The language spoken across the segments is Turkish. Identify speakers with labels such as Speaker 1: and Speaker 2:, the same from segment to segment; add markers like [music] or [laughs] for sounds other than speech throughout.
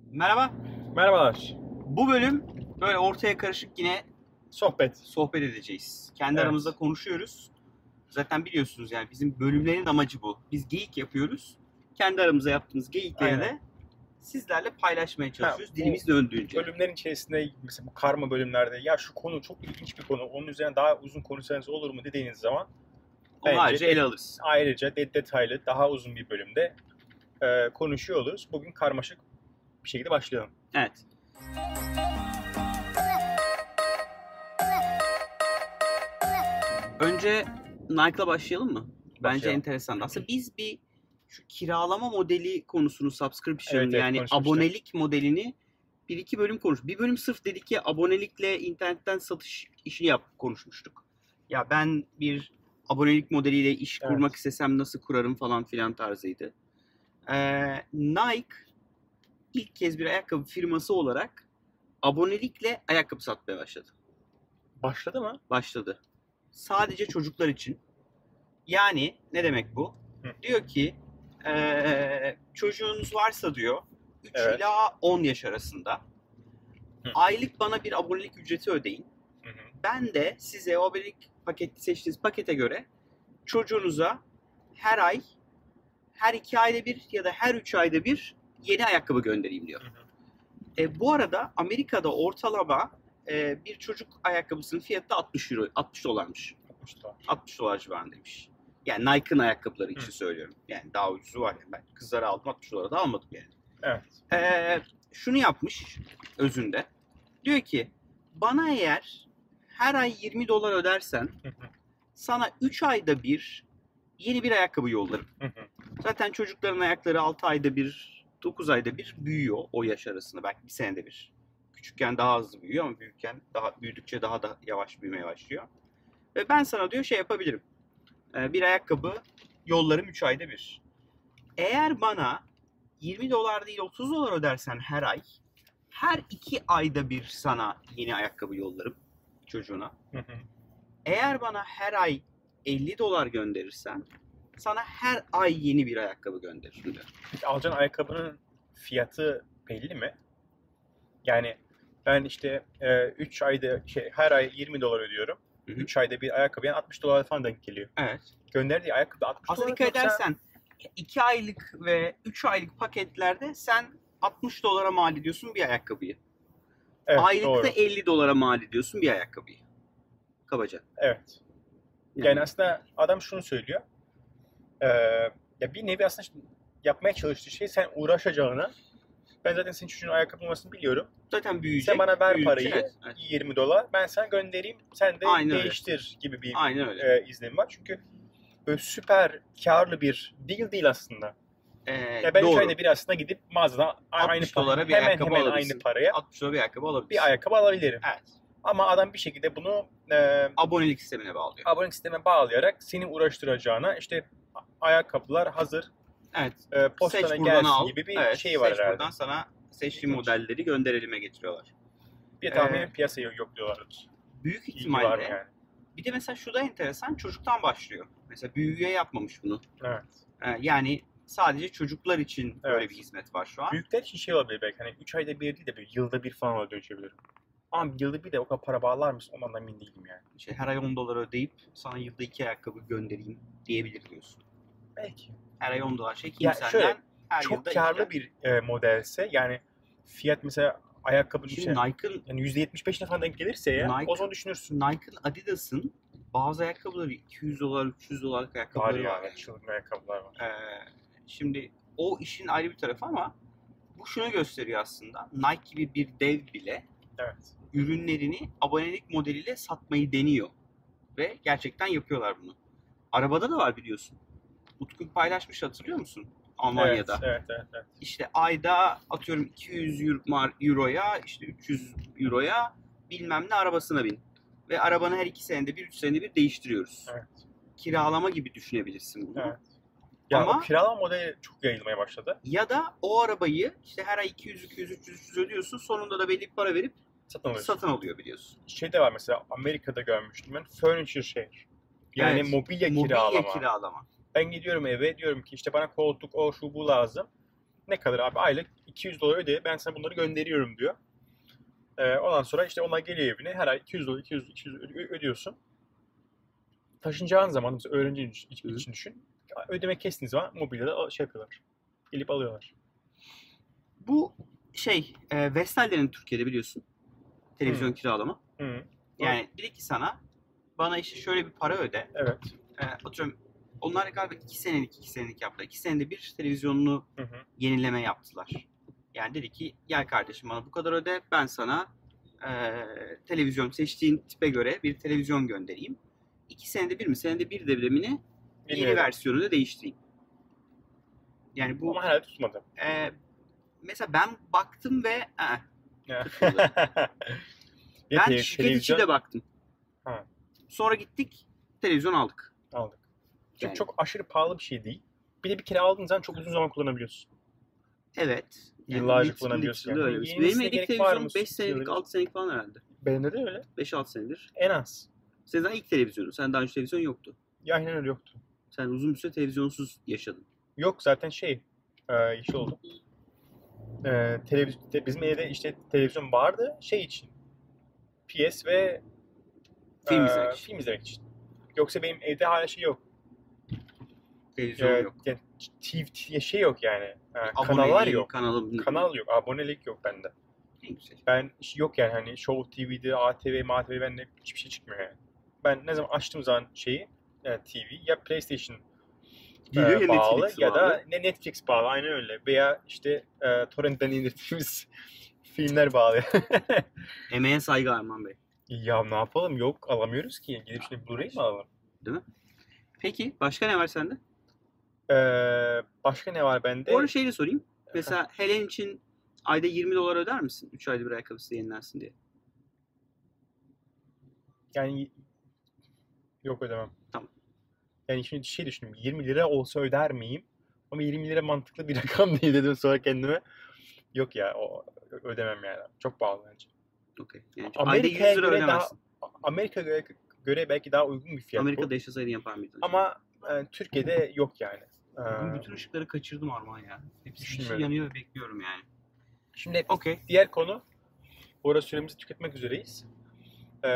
Speaker 1: Merhaba.
Speaker 2: Merhabalar.
Speaker 1: Bu bölüm böyle ortaya karışık yine
Speaker 2: Sohbet.
Speaker 1: sohbet edeceğiz. Kendi
Speaker 2: Evet.
Speaker 1: aramızda konuşuyoruz. Zaten biliyorsunuz yani bizim bölümlerin amacı bu. Biz geyik yapıyoruz. Kendi aramızda yaptığımız geyikleri de
Speaker 2: Aynen.
Speaker 1: sizler de paylaşmaya çalışıyoruz.
Speaker 2: bu
Speaker 1: Dilimiz döndüğünce.
Speaker 2: Bölümlerin içerisinde mesela bu karma bölümlerde ya şu konu çok ilginç bir konu. Onun üzerine daha uzun konuşsanız olur mu dediğiniz zaman
Speaker 1: Onu
Speaker 2: Bence-
Speaker 1: ayrıca ele alırız.
Speaker 2: ayrıca de detaylı daha uzun bir bölümde e, konuşuyor oluruz. Bugün karmaşık bir şekilde başlayalım.
Speaker 1: Evet. Önce Nike'la başlayalım mı? Bence
Speaker 2: Başlayalım.
Speaker 1: enteresan. Aslında biz bir şu kiralama modeli konusunu, subscription
Speaker 2: Evet, evet,
Speaker 1: yani
Speaker 2: konuşmuştuk.
Speaker 1: abonelik modelini bir iki bölüm konuş. Bir bölüm sırf dedik ki abonelikle internetten satış işini yap konuşmuştuk. Ya ben bir abonelik modeliyle iş
Speaker 2: Evet.
Speaker 1: kurmak istesem nasıl kurarım falan filan tarzıydı. Ee, Nike ilk kez bir ayakkabı firması olarak abonelikle ayakkabı satmaya başladı.
Speaker 2: Başladı mı?
Speaker 1: Başladı. Sadece çocuklar için. Yani ne demek bu?
Speaker 2: Hı.
Speaker 1: Diyor ki eee, çocuğunuz varsa diyor 3
Speaker 2: Evet.
Speaker 1: ila 10 yaş arasında
Speaker 2: Hı.
Speaker 1: aylık bana bir abonelik ücreti ödeyin.
Speaker 2: Hı hı.
Speaker 1: Ben de size o abonelik paketi seçtiğiniz pakete göre çocuğunuza her ay her iki ayda bir ya da her üç ayda bir yeni ayakkabı göndereyim diyor.
Speaker 2: Hı hı.
Speaker 1: E, bu arada Amerika'da ortalama e, bir çocuk ayakkabısının fiyatı da 60 euro, 60 dolarmış.
Speaker 2: Yapmışlar.
Speaker 1: 60 dolar civarındaymış. Yani Nike'ın ayakkabıları için
Speaker 2: Hı.
Speaker 1: söylüyorum. Yani daha ucuzu var. Yani ben kızlara aldım 60 dolara da almadım yani.
Speaker 2: Evet.
Speaker 1: Ee, şunu yapmış özünde. Diyor ki bana eğer her ay 20 dolar ödersen
Speaker 2: Hı hı.
Speaker 1: sana 3 ayda bir yeni bir ayakkabı yollarım.
Speaker 2: Hı hı.
Speaker 1: Zaten çocukların ayakları 6 ayda bir, 9 ayda bir büyüyor o yaş arasında. Belki bir senede bir. Küçükken daha hızlı büyüyor ama büyükken daha büyüdükçe daha da yavaş büyümeye başlıyor. Ve ben sana diyor şey yapabilirim. Ee, bir ayakkabı yollarım 3 ayda bir. Eğer bana 20 dolar değil 30 dolar ödersen her ay her 2 ayda bir sana yeni ayakkabı yollarım çocuğuna.
Speaker 2: Hı hı.
Speaker 1: Eğer bana her ay 50 dolar gönderirsen sana her ay yeni bir ayakkabı gönderirim diyor.
Speaker 2: Peki alacağın ayakkabının fiyatı belli mi? Yani ben işte 3 ayda şey, her ay 20 dolar ödüyorum.
Speaker 1: Hı hı.
Speaker 2: 3 ayda bir ayakkabı yani 60 dolar falan denk geliyor.
Speaker 1: Evet.
Speaker 2: Gönderdiği ayakkabı 60
Speaker 1: Aslında
Speaker 2: dolar
Speaker 1: dikkat
Speaker 2: yoksa-
Speaker 1: edersen 2 aylık ve 3 aylık paketlerde sen 60 dolara mal ediyorsun bir ayakkabıyı.
Speaker 2: Evet,
Speaker 1: Aylıkta
Speaker 2: doğru.
Speaker 1: 50 dolara mal ediyorsun bir ayakkabıyı. Kabaca.
Speaker 2: Evet. Yani, aslında adam şunu söylüyor. Ee, ya bir nevi aslında yapmaya çalıştığı şey sen uğraşacağına ben zaten senin çocuğun ayakkabı numarasını biliyorum.
Speaker 1: zaten büyüyecek.
Speaker 2: sen bana ver
Speaker 1: büyüyecek.
Speaker 2: parayı
Speaker 1: Evet, evet.
Speaker 2: 20 dolar ben sana göndereyim sen de
Speaker 1: Aynen öyle.
Speaker 2: değiştir gibi bir
Speaker 1: Aynen öyle.
Speaker 2: e, izlenim var. Çünkü böyle süper karlı bir deal değil aslında.
Speaker 1: Ee,
Speaker 2: Ya ben hani üç
Speaker 1: doğru.
Speaker 2: ayda bir aslında gidip mağazadan a-
Speaker 1: 60
Speaker 2: aynı
Speaker 1: dolara
Speaker 2: paraya,
Speaker 1: bir
Speaker 2: hemen
Speaker 1: ayakkabı
Speaker 2: hemen
Speaker 1: alabilirsin.
Speaker 2: aynı paraya
Speaker 1: 60 dolara bir ayakkabı alabilirsin.
Speaker 2: bir ayakkabı alabilirim.
Speaker 1: Evet.
Speaker 2: Ama adam bir şekilde bunu e,
Speaker 1: Abonelik sistemine bağlıyor.
Speaker 2: abonelik sisteme bağlayarak seni uğraştıracağına işte ayakkabılar hazır
Speaker 1: Evet.
Speaker 2: e,
Speaker 1: seç
Speaker 2: postana
Speaker 1: buradan
Speaker 2: gelsin
Speaker 1: al.
Speaker 2: gibi bir
Speaker 1: Evet,
Speaker 2: şey var
Speaker 1: seç
Speaker 2: herhalde.
Speaker 1: buradan sana seçtiğin
Speaker 2: İlginç.
Speaker 1: modelleri gönderilime getiriyorlar.
Speaker 2: Bir tahmin
Speaker 1: Ee,
Speaker 2: piyasayı yok diyorlardır.
Speaker 1: Büyük
Speaker 2: İlgi var
Speaker 1: ihtimalle.
Speaker 2: yani.
Speaker 1: Bir de mesela şu da enteresan. Çocuktan başlıyor. Mesela büyüğe yapmamış bunu.
Speaker 2: Evet.
Speaker 1: Ee, Yani sadece çocuklar için böyle
Speaker 2: Evet.
Speaker 1: bir hizmet var şu an.
Speaker 2: Büyükler için şey olabilir belki hani 3 ayda bir değil de böyle yılda bir falan öyle dönüşebilirim. Ama yılda bir de o kadar para bağlar mısın ondan da emin değilim yani.
Speaker 1: İşte her ay 10 dolar ödeyip sana yılda 2 ayakkabı göndereyim diyebilir diyorsun.
Speaker 2: Belki.
Speaker 1: Her ay 10 dolar çekeyim
Speaker 2: Ya
Speaker 1: senden.
Speaker 2: şöyle,
Speaker 1: her yılda
Speaker 2: Çok
Speaker 1: iki
Speaker 2: karlı
Speaker 1: tane.
Speaker 2: bir e, modelse yani fiyat mesela ayakkabının
Speaker 1: Şimdi
Speaker 2: içine
Speaker 1: Nike'ın
Speaker 2: yani %75'ine falan denk gelirse ya
Speaker 1: Nike-
Speaker 2: o zaman düşünürsün.
Speaker 1: Nike'ın Adidas'ın bazı ayakkabıları 200 dolar 300 dolarlık
Speaker 2: Var
Speaker 1: ayakkabıları var.
Speaker 2: ya
Speaker 1: yani.
Speaker 2: çılgın ayakkabılar var.
Speaker 1: Ee, şimdi o işin ayrı bir tarafı ama bu şunu gösteriyor aslında. Nike gibi bir dev bile
Speaker 2: Evet.
Speaker 1: ürünlerini abonelik modeliyle satmayı deniyor. Ve gerçekten yapıyorlar bunu. Arabada da var biliyorsun. Utku paylaşmış hatırlıyor musun? Almanya'da.
Speaker 2: Evet, evet, evet, evet.
Speaker 1: İşte ayda atıyorum 200 euro- mar- euroya, işte 300 euroya bilmem ne arabasına bin. Ve arabanı her iki senede bir, üç senede bir değiştiriyoruz.
Speaker 2: Evet.
Speaker 1: Kiralama gibi düşünebilirsin bunu.
Speaker 2: Evet. Ya
Speaker 1: Ama-
Speaker 2: o kiralama modeli çok yayılmaya başladı.
Speaker 1: Ya da o arabayı işte her ay 200, 200, 300, 300 ödüyorsun. Sonunda da belli bir para verip
Speaker 2: Satın alıyorsun.
Speaker 1: satın alıyor biliyorsun.
Speaker 2: şey de var mesela Amerika'da görmüştüm ben furniture share. Yani
Speaker 1: Evet,
Speaker 2: mobilya,
Speaker 1: Mobilya
Speaker 2: kiralama.
Speaker 1: kiralama.
Speaker 2: Ben gidiyorum eve diyorum ki işte bana koltuk o şu bu lazım. Ne kadar abi? Aylık 200 dolar öde. Ben sana bunları gönderiyorum diyor. Ee, ondan sonra işte ona geliyor evine. Her ay 200 dolar 200, 200 ö- ö- ödüyorsun. Taşınacağın zaman mesela öğrenci için, için-
Speaker 1: Hı.
Speaker 2: için düşün. Ödeme kestiğin zaman mobilyada al- şey yapıyorlar. Gelip alıyorlar.
Speaker 1: Bu şey e, Vestel'lerin Türkiye'de biliyorsun. Televizyon kiralama.
Speaker 2: Hı.
Speaker 1: Yani dedi ki sana bana işte şöyle bir para öde.
Speaker 2: Evet.
Speaker 1: E, atıyorum onlar galiba 2 senelik 2 senelik yaptılar. 2 senede bir televizyonunu
Speaker 2: Hı hı.
Speaker 1: yenileme yaptılar. Yani dedi ki gel kardeşim bana bu kadar öde ben sana e, televizyon seçtiğin tipe göre bir televizyon göndereyim. 2 senede bir mi senede bir devrimini yeni
Speaker 2: Bilmiyorum.
Speaker 1: versiyonu da değiştireyim. Yani bu
Speaker 2: Ama herhalde tutmadı.
Speaker 1: e, mesela ben baktım ve e,
Speaker 2: Ya. [laughs] Bir
Speaker 1: ben
Speaker 2: tele-
Speaker 1: şirket içi de baktım.
Speaker 2: Ha.
Speaker 1: Sonra gittik televizyon aldık.
Speaker 2: aldık. Çünkü
Speaker 1: Yani.
Speaker 2: çok aşırı pahalı bir şey değil. Bir de bir kere aldığın zaman çok uzun zaman kullanabiliyorsun.
Speaker 1: Evet.
Speaker 2: Yıllarca
Speaker 1: Netflix'in
Speaker 2: kullanabiliyorsun
Speaker 1: Netflix'in de
Speaker 2: yani.
Speaker 1: öyle bir şey.
Speaker 2: Yenisine
Speaker 1: Benim
Speaker 2: gerek
Speaker 1: ilk
Speaker 2: var
Speaker 1: televizyon
Speaker 2: mı?
Speaker 1: 5 senelik
Speaker 2: Yıllarca.
Speaker 1: 6 senelik falan herhalde.
Speaker 2: Benim de öyle.
Speaker 1: 5-6 senedir.
Speaker 2: En az.
Speaker 1: Senin daha ilk televizyonun. Sen daha önce televizyon yoktu.
Speaker 2: Ya aynen öyle yoktu.
Speaker 1: Sen uzun bir süre televizyonsuz yaşadın.
Speaker 2: Yok zaten şey, e, iş oldu. E, televiz- te- bizim evde işte televizyon vardı şey için. PS ve
Speaker 1: Film
Speaker 2: e,
Speaker 1: izlemek için.
Speaker 2: film izlemek için. Yoksa benim evde hala şey yok.
Speaker 1: Televizyon
Speaker 2: E,
Speaker 1: yok.
Speaker 2: yani TV, TV şey yok yani. E, kanallar
Speaker 1: Aboneliğin,
Speaker 2: yok.
Speaker 1: Kanalım.
Speaker 2: Kanal yok. Abonelik yok bende.
Speaker 1: En güzel.
Speaker 2: Ben hiç- yok yani hani Show TV'de, ATV, MATV bende hiçbir şey çıkmıyor yani. Ben ne zaman açtığım zaman şeyi e, TV ya PlayStation e,
Speaker 1: Geliyor ya
Speaker 2: bağlı
Speaker 1: Netflix
Speaker 2: ya da ne Netflix bağlı aynen öyle veya işte e, torrentten indirdiğimiz [laughs] filmler bağlı. [laughs]
Speaker 1: Emeğe saygı Arman Bey.
Speaker 2: ya ne yapalım yok alamıyoruz ki gidip şimdi Blu-ray mi alalım?
Speaker 1: Peki başka ne var sende?
Speaker 2: E, başka ne var bende?
Speaker 1: Bu arada şey de sorayım. Mesela Helen için ayda 20 dolar öder misin? 3 ayda bir ayakkabısı yenilensin diye.
Speaker 2: Yani yok ödemem.
Speaker 1: Tamam.
Speaker 2: Yani şimdi şey düşündüm. 20 lira olsa öder miyim? Ama 20 lira mantıklı bir [laughs] rakam değil dedim sonra kendime. Yok ya o ödemem yani. Çok pahalı bence.
Speaker 1: Okey. Yani ayda 100
Speaker 2: Amerika'ya
Speaker 1: lira
Speaker 2: göre daha
Speaker 1: ödemezsin.
Speaker 2: Amerika göre, göre belki daha uygun bir fiyat bu.
Speaker 1: Amerika'da yaşasaydın yapar mıydın? acaba?
Speaker 2: Ama e, Türkiye'de yok yani. E,
Speaker 1: Bugün bütün ışıkları kaçırdım Arman ya. Hepsi şey
Speaker 2: Düşünmüyorum.
Speaker 1: yanıyor ve bekliyorum yani.
Speaker 2: şimdi
Speaker 1: Okey.
Speaker 2: diğer konu bu ara süremizi tüketmek üzereyiz. E,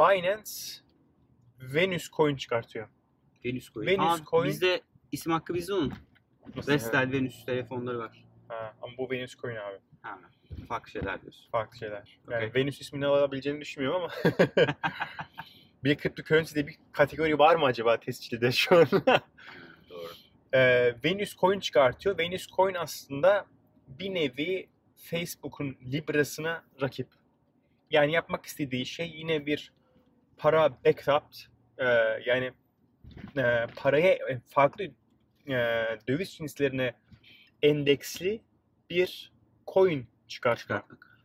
Speaker 2: Binance Venus coin çıkartıyor.
Speaker 1: Venüs coin.
Speaker 2: Venüs
Speaker 1: Aa,
Speaker 2: coin.
Speaker 1: Bizde isim hakkı bizde onun.
Speaker 2: Nasıl?
Speaker 1: Vestel, Venüs telefonları var.
Speaker 2: Ha, ama bu Venus coin abi.
Speaker 1: Ha, farklı şeyler diyorsun.
Speaker 2: farklı şeyler. Yani
Speaker 1: Okey.
Speaker 2: Venüs ismini alabileceğini düşünmüyorum ama. [laughs] bir cryptocurrency diye bir kategori var mı acaba tescilde şu an? [laughs]
Speaker 1: Doğru.
Speaker 2: ee, Venüs coin çıkartıyor. Venüs coin aslında bir nevi Facebook'un Libra'sına rakip. Yani yapmak istediği şey yine bir para backed e, yani e, paraya e, farklı e, döviz cinslerine endeksli bir coin çıkartmak.
Speaker 1: Çıkartmak.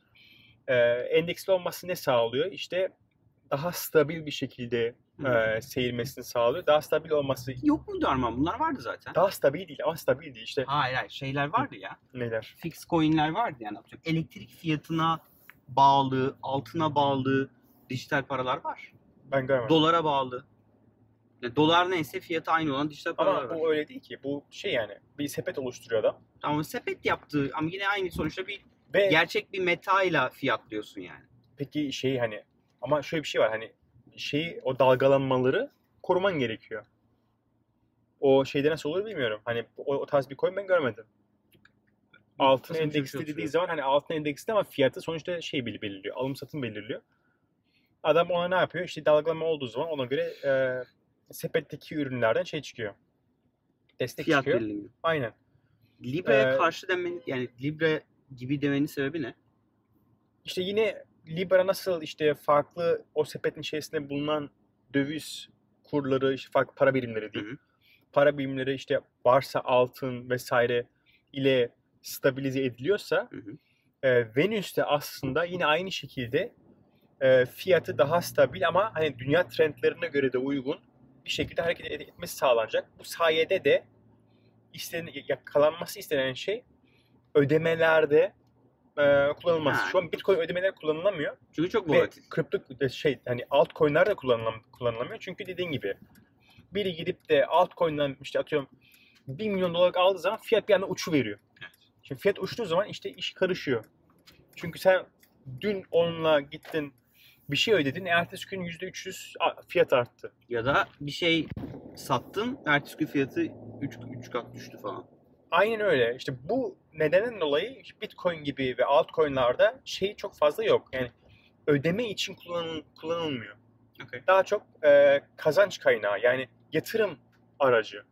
Speaker 2: Ee, endeksli olması ne sağlıyor? İşte daha stabil bir şekilde
Speaker 1: Hı.
Speaker 2: e, seyirmesini sağlıyor. Daha stabil olması
Speaker 1: Yok muydu Arman? Bunlar vardı zaten.
Speaker 2: daha stabil değil ama stabil değil. İşte
Speaker 1: Hayır hayır şeyler vardı ya.
Speaker 2: neler?
Speaker 1: Fix coinler vardı yani. Atıyorum Elektrik fiyatına bağlı, altına bağlı dijital paralar var.
Speaker 2: Ben görmedim.
Speaker 1: Dolara bağlı. Yani dolar neyse fiyatı aynı olan dijital paralar
Speaker 2: ama
Speaker 1: var.
Speaker 2: bu öyle değil ki. Bu şey yani bir sepet oluşturuyor adam.
Speaker 1: Ama sepet yaptığı ama yine aynı sonuçta bir
Speaker 2: Ve
Speaker 1: gerçek bir meta ile fiyatlıyorsun yani.
Speaker 2: peki şey hani ama şöyle bir şey var hani şeyi o dalgalanmaları koruman gerekiyor. O şeyde nasıl olur bilmiyorum. Hani o, o tarz bir coin ben görmedim.
Speaker 1: Nasıl
Speaker 2: Altın
Speaker 1: bir şey
Speaker 2: endeksli dediği
Speaker 1: oturuyor?
Speaker 2: zaman hani altın endeksli ama fiyatı sonuçta şey bel- belirliyor. Alım satım belirliyor. Adam ona ne yapıyor? İşte dalgalanma olduğu zaman ona göre e, sepetteki ürünlerden şey çıkıyor. Destek
Speaker 1: Fiyat
Speaker 2: çıkıyor.
Speaker 1: belirleniyor.
Speaker 2: Aynen.
Speaker 1: Libra'ya
Speaker 2: Ee,
Speaker 1: karşı demenin yani Libra gibi demenin sebebi ne?
Speaker 2: İşte yine Libra nasıl işte farklı o sepetin içerisinde bulunan döviz kurları, işte farklı para birimleri değil.
Speaker 1: Hı hı.
Speaker 2: Para birimleri işte varsa altın vesaire ile stabilize ediliyorsa
Speaker 1: Hı hı.
Speaker 2: e, Venüs de aslında yine aynı şekilde e, fiyatı daha stabil ama hani dünya trendlerine göre de uygun bir şekilde hareket ed- etmesi sağlanacak. Bu sayede de istenen, yakalanması istenen şey ödemelerde e, kullanılması.
Speaker 1: Ha.
Speaker 2: Şu an Bitcoin ödemeler kullanılamıyor.
Speaker 1: Çünkü çok
Speaker 2: Ve
Speaker 1: volatil.
Speaker 2: kripto de şey hani altcoin'ler de kullanılam kullanılamıyor. Çünkü dediğin gibi biri gidip de altcoin'den işte atıyorum 1 milyon dolarlık aldığı zaman fiyat bir anda uçu veriyor.
Speaker 1: Evet.
Speaker 2: Şimdi fiyat uçtuğu zaman işte iş karışıyor. Çünkü sen dün onunla gittin bir şey ödedin. Ertesi gün %300 a- fiyat arttı.
Speaker 1: Ya da bir şey sattın, ertesi gün fiyatı 3, 3 kat düştü falan.
Speaker 2: Aynen öyle. İşte bu nedenden dolayı Bitcoin gibi ve altcoin'larda şey çok fazla yok. Yani ödeme için kullanıl- kullanılmıyor.
Speaker 1: Okey.
Speaker 2: Daha çok e, kazanç kaynağı yani yatırım aracı.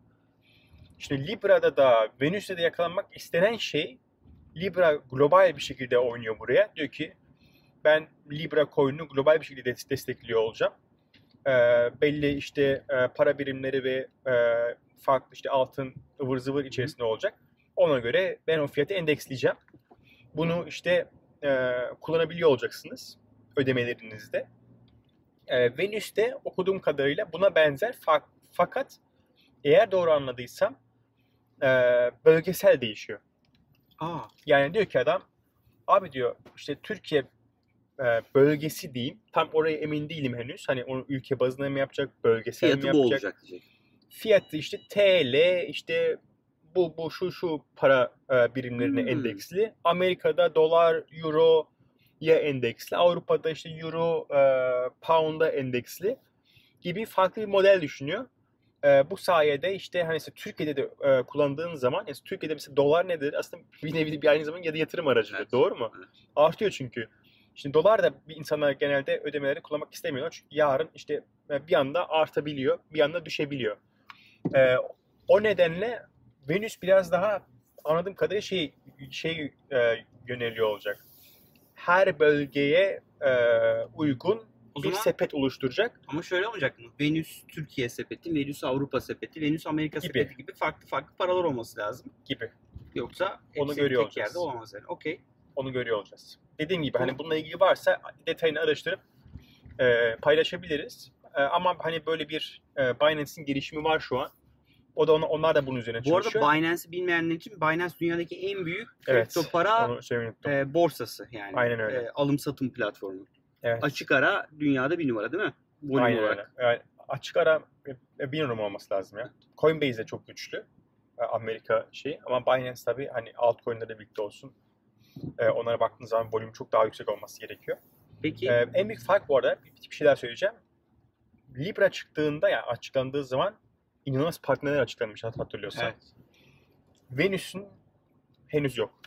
Speaker 2: Şimdi Libra'da da Venüs'te de yakalanmak istenen şey Libra global bir şekilde oynuyor buraya. Diyor ki ben Libra coin'u global bir şekilde des- destekliyor olacağım. E, belli işte e, para birimleri ve e, farklı işte altın ıvır zıvır içerisinde olacak. Ona göre ben o fiyatı endeksleyeceğim. Bunu işte e, kullanabiliyor olacaksınız ödemelerinizde. E, Venüs'te okuduğum kadarıyla buna benzer fa- fakat eğer doğru anladıysam e, bölgesel değişiyor.
Speaker 1: Aa,
Speaker 2: Yani diyor ki adam abi diyor işte Türkiye e, bölgesi diyeyim. Tam oraya emin değilim henüz. Hani onu ülke bazına mı yapacak, bölgesel mi
Speaker 1: fiyatı bu
Speaker 2: yapacak?
Speaker 1: olacak diyecek.
Speaker 2: fiyatı işte TL işte bu bu şu şu para e, birimlerine
Speaker 1: Hmm.
Speaker 2: endeksli. Amerika'da dolar, euro ya endeksli. Avrupa'da işte euro, e, pound'a endeksli gibi farklı bir model düşünüyor. E, bu sayede işte hani mesela Türkiye'de de e, kullandığın zaman yani Türkiye'de mesela dolar nedir? Aslında [laughs] bir nevi bir aynı zamanda ya da yatırım aracıdır.
Speaker 1: Evet.
Speaker 2: Doğru mu?
Speaker 1: Evet.
Speaker 2: Artıyor çünkü. Şimdi dolar da bir insanlar genelde ödemeleri kullanmak istemiyorlar. Çünkü yarın işte e, bir anda artabiliyor, bir anda düşebiliyor. Ee, o nedenle Venüs biraz daha anladığım kadarıyla şey şey e, yöneliyor olacak. Her bölgeye e, uygun
Speaker 1: O
Speaker 2: bir
Speaker 1: zaman
Speaker 2: sepet oluşturacak.
Speaker 1: ama şöyle olmayacak mı? Venüs Türkiye sepeti, Venüs Avrupa sepeti, Venüs Amerika
Speaker 2: Gibi.
Speaker 1: sepeti gibi farklı farklı paralar olması lazım.
Speaker 2: gibi.
Speaker 1: Yoksa
Speaker 2: Onu
Speaker 1: hepsi
Speaker 2: görüyor
Speaker 1: tek yerde
Speaker 2: olacağız.
Speaker 1: olamaz yani. Okey.
Speaker 2: Onu görüyor olacağız. Dediğim gibi hani bununla ilgili varsa detayını araştırıp e, paylaşabiliriz. E, ama hani böyle bir e, Binance'in gelişimi var şu an. O da ona, onlar da bunun üzerine
Speaker 1: Bu arada
Speaker 2: çalışıyor.
Speaker 1: Binance'i bilmeyenler için Binance dünyadaki en büyük
Speaker 2: Evet,
Speaker 1: kripto para
Speaker 2: Onu söylemeyi unuttum.
Speaker 1: e, borsası yani.
Speaker 2: Aynen öyle.
Speaker 1: alım satım platformu.
Speaker 2: Evet.
Speaker 1: Açık ara dünyada bir numara değil mi? Volüm
Speaker 2: Aynen
Speaker 1: olarak.
Speaker 2: öyle. Yani açık ara e, e, bir numara olması lazım ya. Coinbase de çok güçlü. E, Amerika şeyi ama Binance tabii hani altcoin'lerle birlikte olsun. E, onlara baktığınız zaman volüm çok daha yüksek olması gerekiyor.
Speaker 1: Peki
Speaker 2: E, en büyük fark bu arada bir, bir şey daha söyleyeceğim. Libra çıktığında yani açıklandığı zaman inanılmaz partnerler açıklanmış hat- hatırlıyorsan.
Speaker 1: Evet.
Speaker 2: Venüs'ün henüz yok.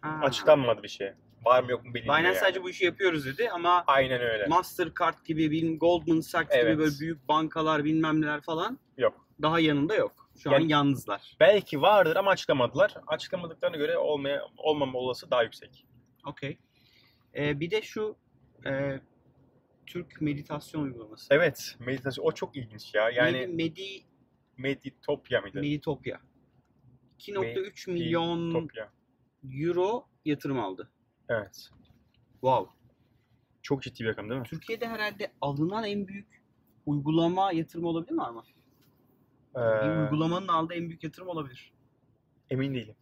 Speaker 1: Ha.
Speaker 2: Açıklanmadı bir şey. Var mı yok mu bilmiyorum.
Speaker 1: Binance sadece bu işi yapıyoruz dedi ama
Speaker 2: Aynen öyle.
Speaker 1: Mastercard gibi, bilmem Goldman Sachs
Speaker 2: Evet.
Speaker 1: gibi böyle büyük bankalar bilmem neler falan
Speaker 2: Yok.
Speaker 1: daha yanında yok. Şu an
Speaker 2: Yani-
Speaker 1: yalnızlar.
Speaker 2: Belki vardır ama açıklamadılar. Açıklamadıklarına göre olmaya olmama olası daha yüksek.
Speaker 1: Okey. E, bir de şu e, Türk meditasyon uygulaması.
Speaker 2: Evet, meditasyon o çok ilginç ya. Yani
Speaker 1: Neydi? Medi
Speaker 2: Meditopya mıydı?
Speaker 1: Meditopya. 2.3 milyon
Speaker 2: Meditopya.
Speaker 1: euro yatırım aldı.
Speaker 2: Evet.
Speaker 1: Wow.
Speaker 2: Çok ciddi bir rakam değil mi?
Speaker 1: Türkiye'de herhalde alınan en büyük uygulama yatırım olabilir mi ama? Bir
Speaker 2: Ee,
Speaker 1: uygulamanın aldığı en büyük yatırım olabilir.
Speaker 2: emin değilim.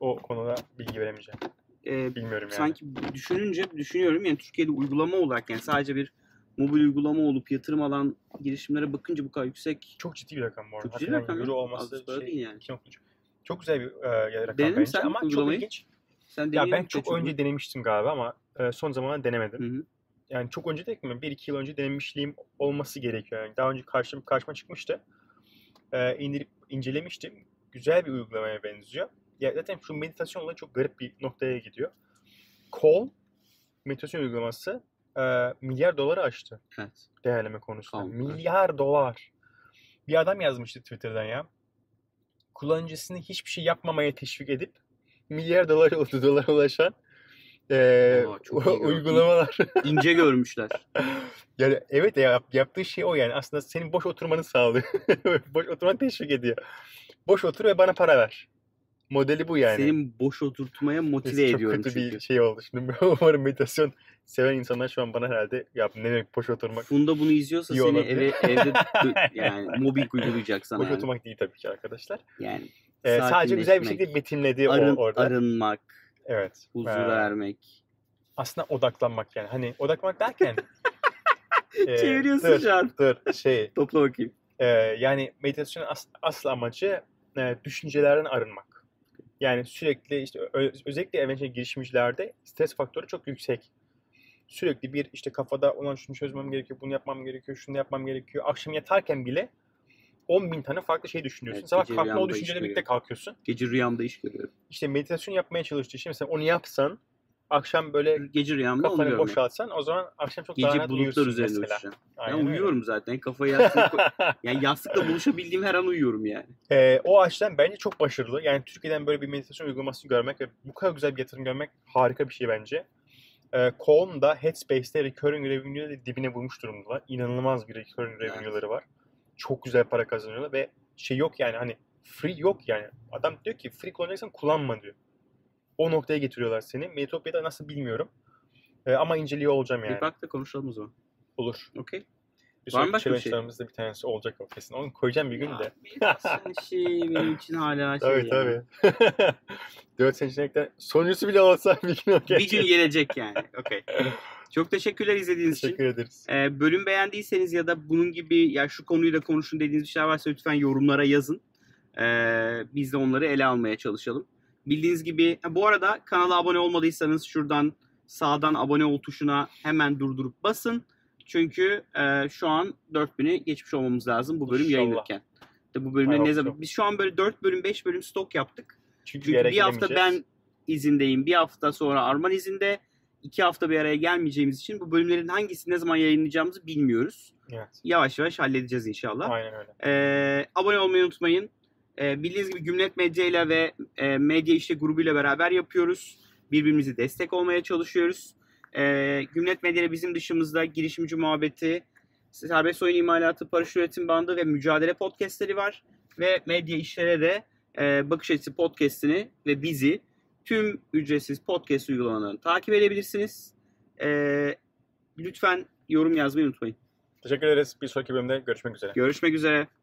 Speaker 2: O konuda bilgi veremeyeceğim.
Speaker 1: Ee,
Speaker 2: Bilmiyorum yani.
Speaker 1: sanki düşününce düşünüyorum yani Türkiye'de uygulama olarak yani sadece bir mobil uygulama olup yatırım alan girişimlere bakınca bu kadar yüksek
Speaker 2: Çok ciddi bir rakam bu arada.
Speaker 1: çok ciddi bir rakam.
Speaker 2: Hakikaten
Speaker 1: ya.
Speaker 2: euro
Speaker 1: Az
Speaker 2: olması
Speaker 1: para
Speaker 2: şey,
Speaker 1: değil yani.
Speaker 2: 2.3. Çok güzel bir e, rakam
Speaker 1: Denedin mi
Speaker 2: bence
Speaker 1: sen
Speaker 2: ama çok
Speaker 1: uygulamayı?
Speaker 2: ilginç.
Speaker 1: Sen
Speaker 2: Ya
Speaker 1: deneyim
Speaker 2: ben çok önce denemiştim galiba ama e, son zamanlarda denemedim.
Speaker 1: Hı hı.
Speaker 2: Yani çok önce değil mi? 1-2 yıl önce denemişliğim olması gerekiyor. Yani daha önce karşıma, karşıma çıkmıştı. Ee, indirip incelemiştim. Güzel bir uygulamaya benziyor. Ya zaten şu meditasyon olayı çok garip bir noktaya gidiyor. Call meditasyon uygulaması e, milyar doları aştı [laughs]
Speaker 1: Evet.
Speaker 2: değerleme konusunda.
Speaker 1: Tamam, evet.
Speaker 2: Milyar dolar. Bir adam yazmıştı Twitter'dan ya. Kullanıcısını hiçbir şey yapmamaya teşvik edip milyar dolar dolara ulaşan e,
Speaker 1: Aa, çok iyi görünüyor.
Speaker 2: [laughs] uygulamalar.
Speaker 1: İnce görmüşler.
Speaker 2: Yani evet ya yap- yaptığı şey o yani aslında senin boş oturmanı sağlıyor. [laughs] Boş oturmanı teşvik ediyor. Boş otur ve bana para ver. Modeli bu yani.
Speaker 1: Senin boş oturtmaya
Speaker 2: Neyse,
Speaker 1: motive
Speaker 2: çok
Speaker 1: ediyorum
Speaker 2: kötü
Speaker 1: çünkü.
Speaker 2: bir şey oldu. Şimdi [laughs] umarım meditasyon seven insanlar şu an bana herhalde ya ne demek boş oturmak.
Speaker 1: Funda bunu izliyorsa
Speaker 2: İyi
Speaker 1: seni
Speaker 2: olabilir.
Speaker 1: eve
Speaker 2: [laughs]
Speaker 1: evde dö- yani mobbing uygulayacak sana.
Speaker 2: Boş
Speaker 1: yani.
Speaker 2: oturmak değil tabii ki arkadaşlar.
Speaker 1: Yani
Speaker 2: Ee, sadece güzel bir
Speaker 1: sakinleşmek,
Speaker 2: şekilde betimledi o
Speaker 1: arın,
Speaker 2: orada.
Speaker 1: arınmak,
Speaker 2: Evet.
Speaker 1: huzura
Speaker 2: Ee,
Speaker 1: ermek.
Speaker 2: aslında odaklanmak yani. Hani
Speaker 1: [laughs]
Speaker 2: odaklanmak derken ee,
Speaker 1: Çeviriyorsun
Speaker 2: dur,
Speaker 1: şu an.
Speaker 2: dur şey
Speaker 1: Topla bakayım.
Speaker 2: Ee, yani meditasyonun as- asıl amacı e, düşüncelerden e, arınmak. Yani sürekli işte ö- özellikle eventual girişimcilerde stres faktörü çok yüksek. Sürekli bir işte kafada olan şunu çözmem gerekiyor, bunu yapmam gerekiyor, şunu yapmam gerekiyor. Akşam yatarken bile 10 bin tane farklı şey düşünüyorsun.
Speaker 1: Evet,
Speaker 2: Sabah
Speaker 1: gece
Speaker 2: kalktığında o
Speaker 1: rüyamda
Speaker 2: düşünceyle
Speaker 1: işte
Speaker 2: birlikte
Speaker 1: yok.
Speaker 2: kalkıyorsun.
Speaker 1: Gece rüyamda iş görüyorum.
Speaker 2: İşte meditasyon yapmaya çalıştığı için mesela onu yapsan akşam böyle
Speaker 1: Gece rüyamda onu
Speaker 2: Ee, kafanı
Speaker 1: görmüyorum.
Speaker 2: boşaltsan o zaman akşam çok daha
Speaker 1: Gece
Speaker 2: rahat
Speaker 1: bulutlar
Speaker 2: uyuyorsun
Speaker 1: üzerinde
Speaker 2: mesela.
Speaker 1: uçacağım. Ben
Speaker 2: Aynen öyle. [laughs]
Speaker 1: uyuyorum zaten. Kafayı yastığa koy... [laughs] yani yastıkla buluşabildiğim her an uyuyorum yani.
Speaker 2: Ee, o açıdan bence çok başarılı. Yani Türkiye'den böyle bir meditasyon uygulaması görmek ve bu kadar güzel bir yatırım görmek harika bir şey bence. Ee, Calm da Headspace'te recurring revenue'leri dibine vurmuş durumda. İnanılmaz bir recurring
Speaker 1: Evet.
Speaker 2: revenue'ları var. Çok güzel para kazanıyorlar ve şey yok yani hani free yok yani. Adam diyor ki free kullanacaksan kullanma diyor. O noktaya getiriyorlar seni. Metopya'da nasıl bilmiyorum. Ee, ama inceliyor olacağım yani.
Speaker 1: Bir bak da konuşalım o zaman.
Speaker 2: Olur.
Speaker 1: Okey.
Speaker 2: Bir
Speaker 1: Var mı
Speaker 2: sonraki
Speaker 1: başka bir şey?
Speaker 2: challenge'larımızda bir tanesi olacak o kesin. Onu koyacağım bir gün de.
Speaker 1: Ya,
Speaker 2: [laughs]
Speaker 1: Meditasyon işi benim için hala şey
Speaker 2: Tabii
Speaker 1: yani.
Speaker 2: tabii. [laughs] Dört seçenekten sonuncusu bile olsa [laughs] bir gün okey.
Speaker 1: Bir gün gelecek yani.
Speaker 2: [laughs]
Speaker 1: Okey. Çok teşekkürler izlediğiniz için.
Speaker 2: Teşekkür ederiz.
Speaker 1: Ee, bölüm beğendiyseniz ya da bunun gibi ya şu konuyu da konuşun dediğiniz bir şeyler varsa lütfen yorumlara yazın. Ee, biz de onları ele almaya çalışalım. Bildiğiniz gibi ha, bu arada kanala abone olmadıysanız şuradan sağdan abone ol tuşuna hemen durdurup basın. Çünkü e, şu an 4000'i geçmiş olmamız lazım bu bölüm
Speaker 2: İnşallah.
Speaker 1: yayınlanırken. De bu bölümde
Speaker 2: Hay
Speaker 1: ne
Speaker 2: Allah.
Speaker 1: zaman biz şu an böyle 4 bölüm 5 bölüm stok yaptık.
Speaker 2: Çünkü,
Speaker 1: Çünkü
Speaker 2: yere
Speaker 1: bir hafta
Speaker 2: gelemeyeceğiz.
Speaker 1: ben izindeyim, bir hafta sonra Arman izinde. iki hafta bir araya gelmeyeceğimiz için bu bölümlerin hangisini ne zaman yayınlayacağımızı bilmiyoruz.
Speaker 2: Evet.
Speaker 1: Yavaş yavaş halledeceğiz inşallah.
Speaker 2: Aynen öyle.
Speaker 1: Ee, abone olmayı unutmayın. Ee, bildiğiniz gibi Gümlet Medya ile ve e, Medya İşte grubuyla beraber yapıyoruz. Birbirimizi destek olmaya çalışıyoruz. Ee, Gümlet Medya ile bizim dışımızda girişimci muhabbeti, serbest oyun imalatı, paraşüt üretim bandı ve mücadele podcastleri var. Ve Medya İşlere de e, Bakış Açısı podcastini ve bizi tüm ücretsiz podcast uygulamalarını takip edebilirsiniz. Ee, lütfen yorum yazmayı unutmayın.
Speaker 2: Teşekkür ederiz. Bir sonraki bölümde görüşmek üzere.
Speaker 1: Görüşmek üzere.